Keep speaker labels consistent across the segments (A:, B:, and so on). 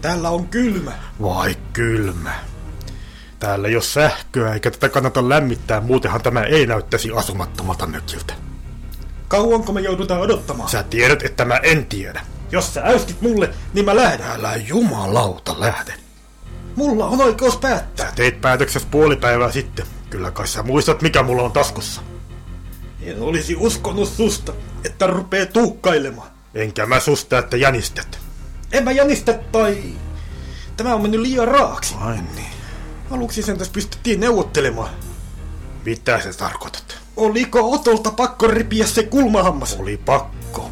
A: Täällä on kylmä.
B: Vai kylmä. Täällä ei ole sähköä, eikä tätä kannata lämmittää, muutenhan tämä ei näyttäisi asumattomalta mökiltä.
A: Kauanko me joudutaan odottamaan?
B: Sä tiedät, että mä en tiedä.
A: Jos sä äyskit mulle, niin mä lähden.
B: Älä jumalauta lähde.
A: Mulla on oikeus päättää.
B: Sä teit päätöksessä puoli päivää sitten. Kyllä kai sä muistat, mikä mulla on taskussa.
A: En olisi uskonut susta, että rupee tuukkailemaan.
B: Enkä mä susta, että jänistät.
A: En mä jänistä tai... Tämä on mennyt liian raaksi.
B: Ai niin.
A: Aluksi sen tässä pystyttiin neuvottelemaan.
B: Mitä sä tarkoitat?
A: Oliko Otolta pakko ripiä se kulmahammas?
B: Oli pakko.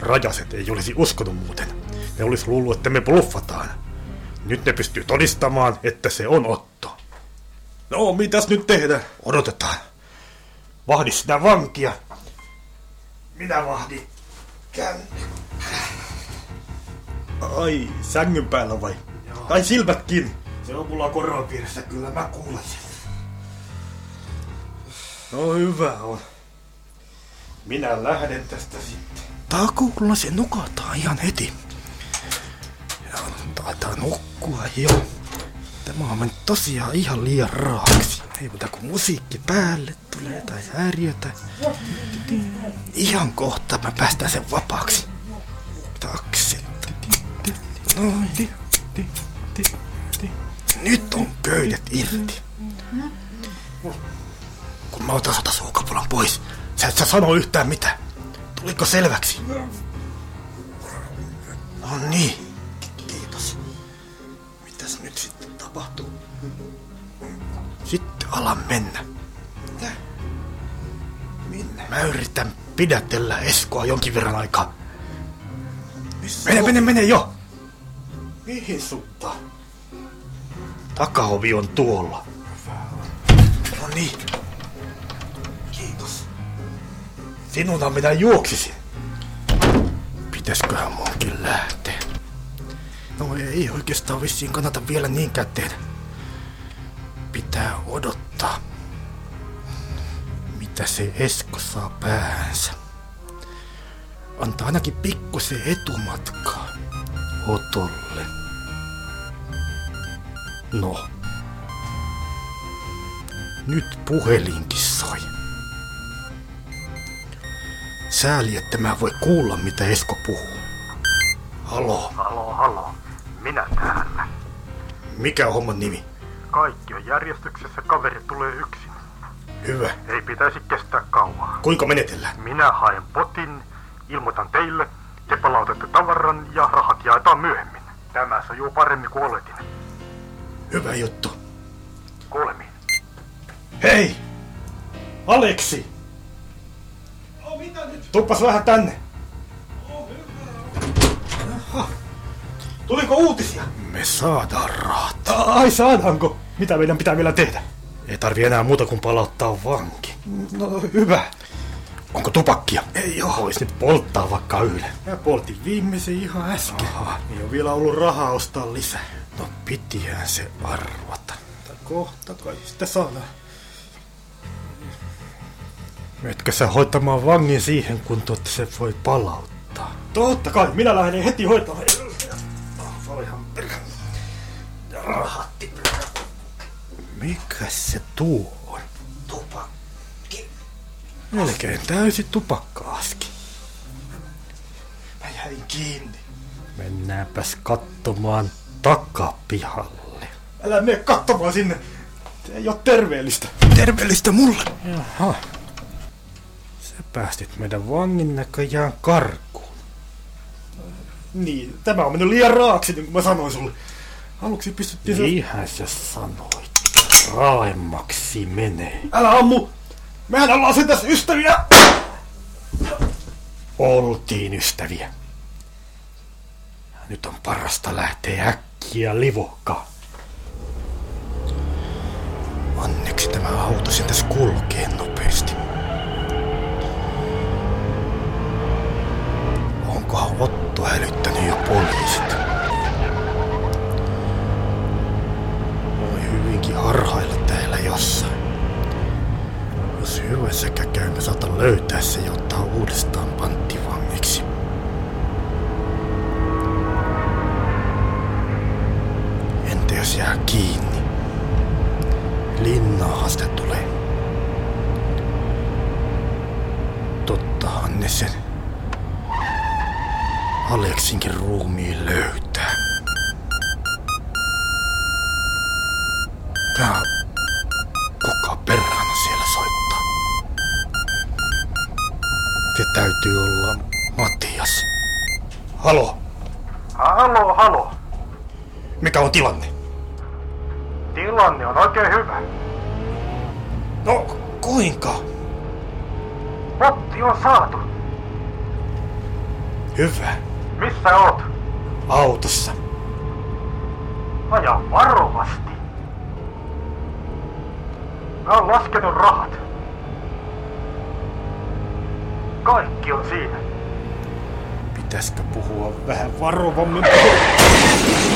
B: Rajaset ei olisi uskonut muuten. Ne olisi luullut, että me bluffataan. Nyt ne pystyy todistamaan, että se on Otto.
A: No, mitäs nyt tehdä?
B: Odotetaan. Vahdi sitä vankia. Minä vahdin.
A: Ai, sängyn päällä vai? Tai silmätkin.
B: Se on mulla korvapiirissä, kyllä mä kuulen sen.
A: No hyvä on.
B: Minä lähden tästä sitten.
A: Takuulla se nukataan ihan heti. Ja taitaa nukkua jo. Tämä on mennyt tosiaan ihan liian raaksi. Ei muuta kuin musiikki päälle tulee tai häiriötä. Ihan kohta mä päästään sen vapaaksi. Taksit. Noin. Nyt on köydet irti.
B: Kun mä otan sata suukapulan pois, sä et sä sano yhtään mitään. Tuliko selväksi? No niin.
A: Kiitos. Mitäs nyt sitten tapahtuu?
B: Sitten ala mennä.
A: Minne?
B: Mä yritän pidätellä Eskoa jonkin verran aikaa.
A: Missä?
B: Mene, mene, mene jo!
A: Mihin suuntaan?
B: Takaovi on tuolla.
A: No niin. Kiitos.
B: Sinuna minä juoksisin. Pitäisköhän munkin lähteä? No ei oikeastaan vissiin kannata vielä niinkään tehdä. Pitää odottaa. Mitä se Esko saa päähänsä? Antaa ainakin pikkusen etumatkaa. Otolle. No. Nyt puhelinkin soi. Sääli, että mä en voi kuulla, mitä Esko puhuu. Halo,
C: Halo, halo. Minä täällä.
B: mikä on homman nimi?
C: Kaikki on järjestyksessä, kaveri tulee yksin.
B: Hyvä.
C: Ei pitäisi kestää kauaa.
B: Kuinka menetellään?
C: Minä haen potin, ilmoitan teille, te palautatte tavaran ja rahat jaetaan myöhemmin. Tämä sujuu paremmin kuin oletin.
B: Hyvä juttu.
C: Kuulemiin.
B: Hei! Aleksi!
A: No mitä nyt?
B: Tuppas vähän tänne.
A: Tuliko uutisia?
B: Me saadaan rahat.
A: Ai saadaanko? Mitä meidän pitää vielä tehdä?
B: Ei tarvi enää muuta kuin palauttaa vanki.
A: No hyvä.
B: Onko tupakkia? Ei oo. Vois nyt polttaa vaikka yhden.
A: Mä poltin viimeisen ihan äsken.
B: Aha.
A: Ei ole vielä ollut rahaa ostaa lisää.
B: No pitihän se arvata.
A: Mutta kohta kai sitä saadaan.
B: Metkö sä hoitamaan vangin siihen kuntoon, että se voi palauttaa?
A: Totta kai, minä lähden heti hoitamaan. Ah, Olihan perkä. Ja rahat
B: Mikä se tuo on?
A: tupakki.
B: Melkein täysi tupakka-aski.
A: Mä jäin kiinni.
B: Mennäänpäs katsomaan takapihalle.
A: Älä mene katsomaan sinne. Se ei ole terveellistä.
B: Terveellistä mulle! Jaha. Sä päästit meidän vangin näköjään karkuun.
A: Niin, tämä on mennyt liian raaksi, niin kuin mä sanoin sulle. Aluksi pystyttiin... se-
B: Niinhän sä sanoit. Raaemmaksi menee.
A: Älä ammu! Mehän ollaan sen tässä ystäviä!
B: Oltiin ystäviä. Nyt on parasta lähteä äkkiä livokaan. Onneksi tämä auto sentäs kulkee nopeasti. Onkohan Otto hälyttänyt jo poliisit? Voi hyvinkin harhailla täällä jossain. Jos hyvässäkään käy, me saatan löytää se ja ottaa uudestaan panttivangiksi. Tottahan ne sen Aleksinkin ruumiin löytää. Tää kuka perhana siellä soittaa? Se täytyy olla Matias. Halo,
C: Halo, halo.
B: mikä on tilanne?
C: Tilanne on oikein hyvä.
B: No, kuinka?
C: Potti on saatu.
B: Hyvä.
C: Missä oot?
B: Autossa.
C: Aja varovasti. Mä oon laskenut rahat. Kaikki on siinä.
B: Pitäisikö puhua vähän varovammin?